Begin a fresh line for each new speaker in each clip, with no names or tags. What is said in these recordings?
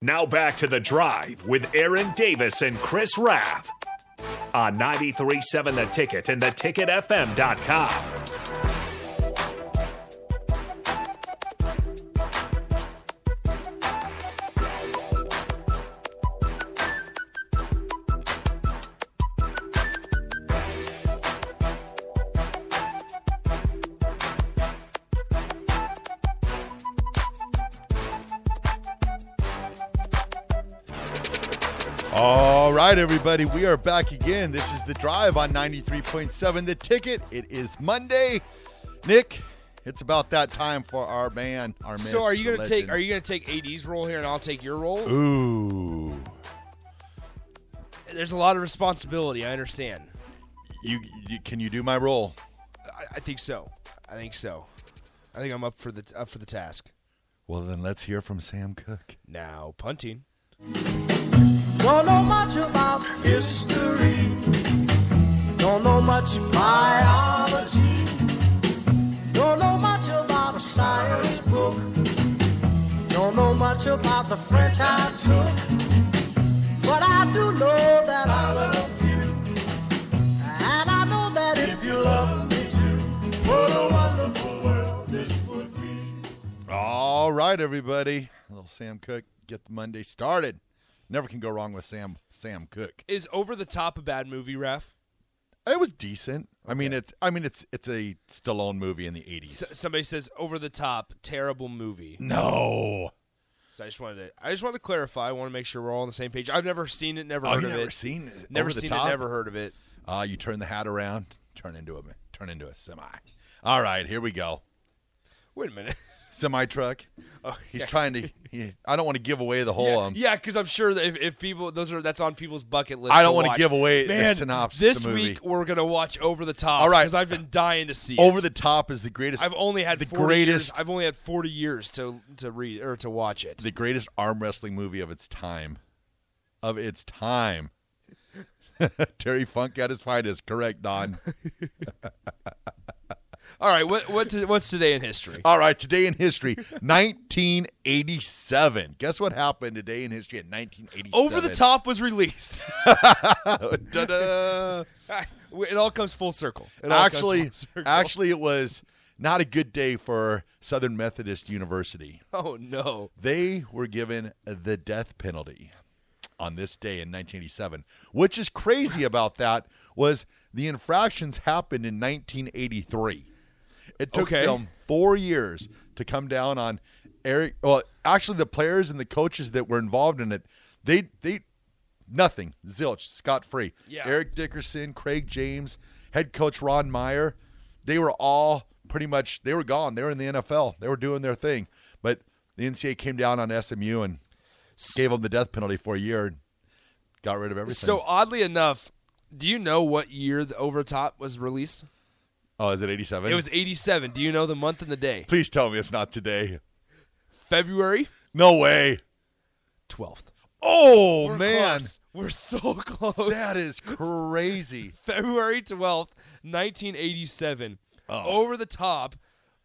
Now back to the drive with Aaron Davis and Chris Raff on 937 The Ticket and theticketfm.com.
All right, everybody, we are back again. This is the drive on 93.7 The Ticket. It is Monday. Nick, it's about that time for our man, our man.
So are you gonna take are you gonna take AD's role here and I'll take your role?
Ooh.
There's a lot of responsibility. I understand.
You, you can you do my role?
I, I think so. I think so. I think I'm up for the up for the task.
Well, then let's hear from Sam Cook.
Now punting.
Don't know much about history. Don't know much biology. Don't know much about a science book. Don't know much about the French I took. But I do know that I love you. And I know that if you love me too, what a wonderful world this would be.
All right, everybody. Little Sam Cook, get the Monday started. Never can go wrong with Sam Sam Cook.
Is over the top a bad movie, ref?
It was decent. I mean, it's I mean it's it's a Stallone movie in the eighties.
S- somebody says over the top, terrible movie.
no,
So I just wanted to I just wanted to clarify. I want to make sure we're all on the same page. I've never seen it, never
Oh,
heard
you
of
never
it.
seen it?
Never
Over the
seen
Top?
it, never heard of it.
Uh, you turn the hat around, turn into a turn into a semi. All right, here we go.
Wait a minute.
Semi truck.
Oh,
He's
yeah.
trying to. He, I don't want to give away the whole. um,
Yeah, because I'm sure that if, if people those are that's on people's bucket list.
I don't
want
wanna give away the
Man,
synopsis,
This
the movie.
week we're gonna watch Over the Top.
All right.
because I've been dying to see it.
Over the top is the greatest.
I've only had
the
40
greatest.
years- I've only had 40 years to to read or to watch it.
the greatest arm wrestling movie of its time. Of its time. Terry Funk at his finest. Correct, Don.
All right, what what's what's today in history?
All right, today in history, 1987. Guess what happened today in history in 1987?
Over the top was released.
Da-da.
it all comes full circle. It all comes
actually,
full circle.
actually, it was not a good day for Southern Methodist University.
oh no.
They were given the death penalty on this day in 1987. Which is crazy about that was the infractions happened in 1983. It took
Okay.
them four years to come down on Eric. Well, actually, the players and the coaches that were involved in it, they they nothing zilch scot free.
Yeah.
Eric Dickerson, Craig James, head coach Ron Meyer, they were all pretty much they were gone. They were in the NFL. They were doing their thing, but the NCAA came down on SMU and gave them the death penalty for a year. and Got rid of everything.
So oddly enough, do you know what year the Over the Top was released?
oh, is it eighty-seven?
It was 87. Do you know the month and the day?
Please tell me it's not today.
February
No way.
12th.
Oh man,
close. we're so close.
that is crazy.
February 12th, 1987.
Oh.
Over the top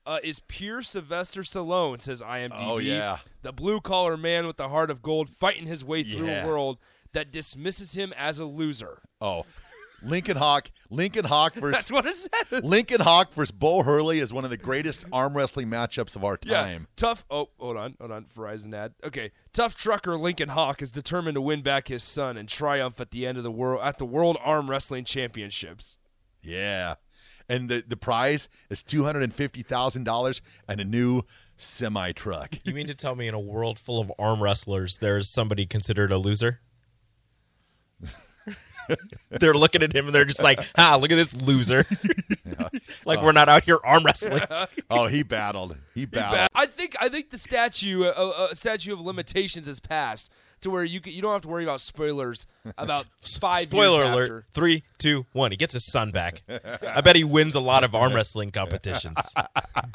uh, is Pierre Sylvester Stallone, says IMDb.
Oh, yeah.
The blue collar man with the heart of gold fighting his way through
Yeah.
a world that dismisses him as a loser.
Oh, Lincoln Hawk, Lincoln Hawk versus
That's what it says.
Lincoln Hawk versus Bo Hurley is one of the greatest arm wrestling matchups of our
Yeah,
time.
tough. Oh, hold on, hold on. Verizon ad. Okay, tough trucker Lincoln Hawk is determined to win back his son and triumph at the end of the world at the World Arm Wrestling Championships.
Yeah, and the the prize is two hundred and fifty thousand dollars and a new semi truck.
You mean to tell me in a world full of arm wrestlers, there's somebody considered a loser? they're looking at him and they're just like, "Ha! Look at this loser! like we're not out here arm wrestling."
Oh, he battled. He battled.
I think I think the statue uh, uh, statue of limitations has passed to where you can, you don't have to worry about spoilers about five.
Spoiler
years
alert:
After.
three, two, one. He gets his son back. I bet he wins a lot of arm wrestling competitions,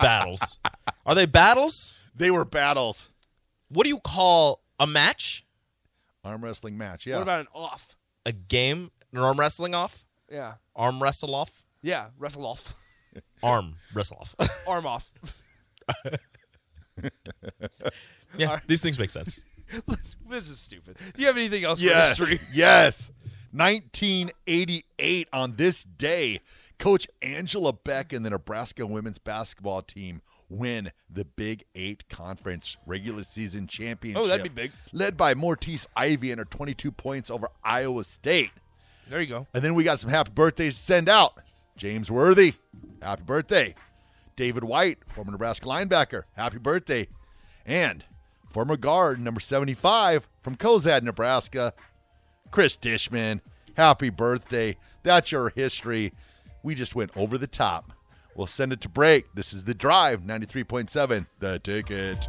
battles. Are they battles?
They were battles.
What do you call a match?
Arm wrestling match. Yeah.
What about an off?
A game? An arm wrestling off?
Yeah,
Arm wrestle off?
yeah. Wrestle off,
Arm wrestle off.
arm off.
yeah, these things make sense.
This is stupid. Do you have anything else
Yes.
for history?
Yes. 1988 on this day, Coach Angela Beck and the Nebraska women's basketball team win the Big Eight Conference regular season championship.
Oh, that'd be big.
Led by Mortise Ivy and her 22 points over Iowa State.
There you go.
And then we got some happy birthdays to send out. James Worthy, happy birthday. David White, former Nebraska linebacker, happy birthday. And former guard number 75 from Cozad, Nebraska, Chris Dishman, happy birthday. That's your history. We just went over the top. We'll send it to break. This is The Drive 93.7, The Ticket.